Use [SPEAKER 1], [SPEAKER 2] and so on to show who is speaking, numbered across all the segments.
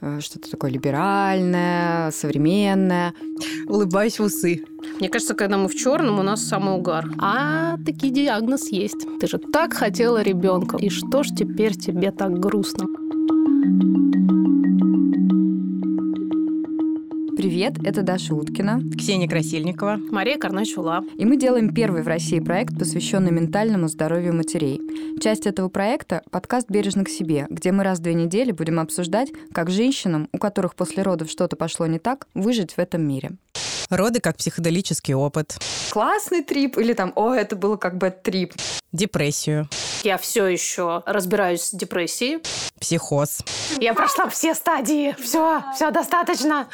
[SPEAKER 1] э, что-то такое либеральное, современное.
[SPEAKER 2] Улыбаюсь в усы.
[SPEAKER 3] Мне кажется, когда мы в черном, у нас самый угар.
[SPEAKER 4] А такие диагноз есть. Ты же так хотела ребенка. И что ж теперь тебе так грустно?
[SPEAKER 1] Привет, это Даша Уткина.
[SPEAKER 2] Ксения Красильникова.
[SPEAKER 3] Мария Карначула.
[SPEAKER 1] И мы делаем первый в России проект, посвященный ментальному здоровью матерей. Часть этого проекта – подкаст «Бережно к себе», где мы раз в две недели будем обсуждать, как женщинам, у которых после родов что-то пошло не так, выжить в этом мире.
[SPEAKER 2] Роды как психоделический опыт.
[SPEAKER 1] Классный трип или там «О, это было как бы трип».
[SPEAKER 2] Депрессию.
[SPEAKER 3] Я все еще разбираюсь с депрессией.
[SPEAKER 2] Психоз.
[SPEAKER 3] Я прошла все стадии. Все, все достаточно.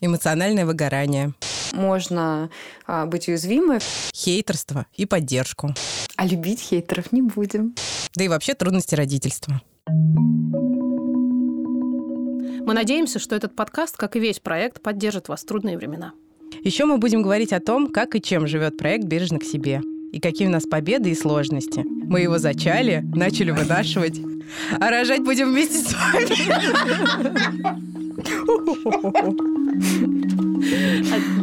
[SPEAKER 2] Эмоциональное выгорание.
[SPEAKER 1] Можно а, быть уязвимой,
[SPEAKER 2] Хейтерство и поддержку.
[SPEAKER 1] а любить хейтеров не будем.
[SPEAKER 2] Да и вообще трудности родительства.
[SPEAKER 3] Мы надеемся, что этот подкаст, как и весь проект, поддержит вас в трудные времена.
[SPEAKER 2] Еще мы будем говорить о том, как и чем живет проект «Бережно к себе» и какие у нас победы и сложности. Мы его зачали, начали вынашивать, а рожать будем вместе с вами.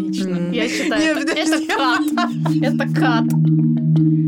[SPEAKER 3] Отлично.
[SPEAKER 1] М.
[SPEAKER 3] Я считаю,
[SPEAKER 2] Не,
[SPEAKER 3] это это кат. Это кат.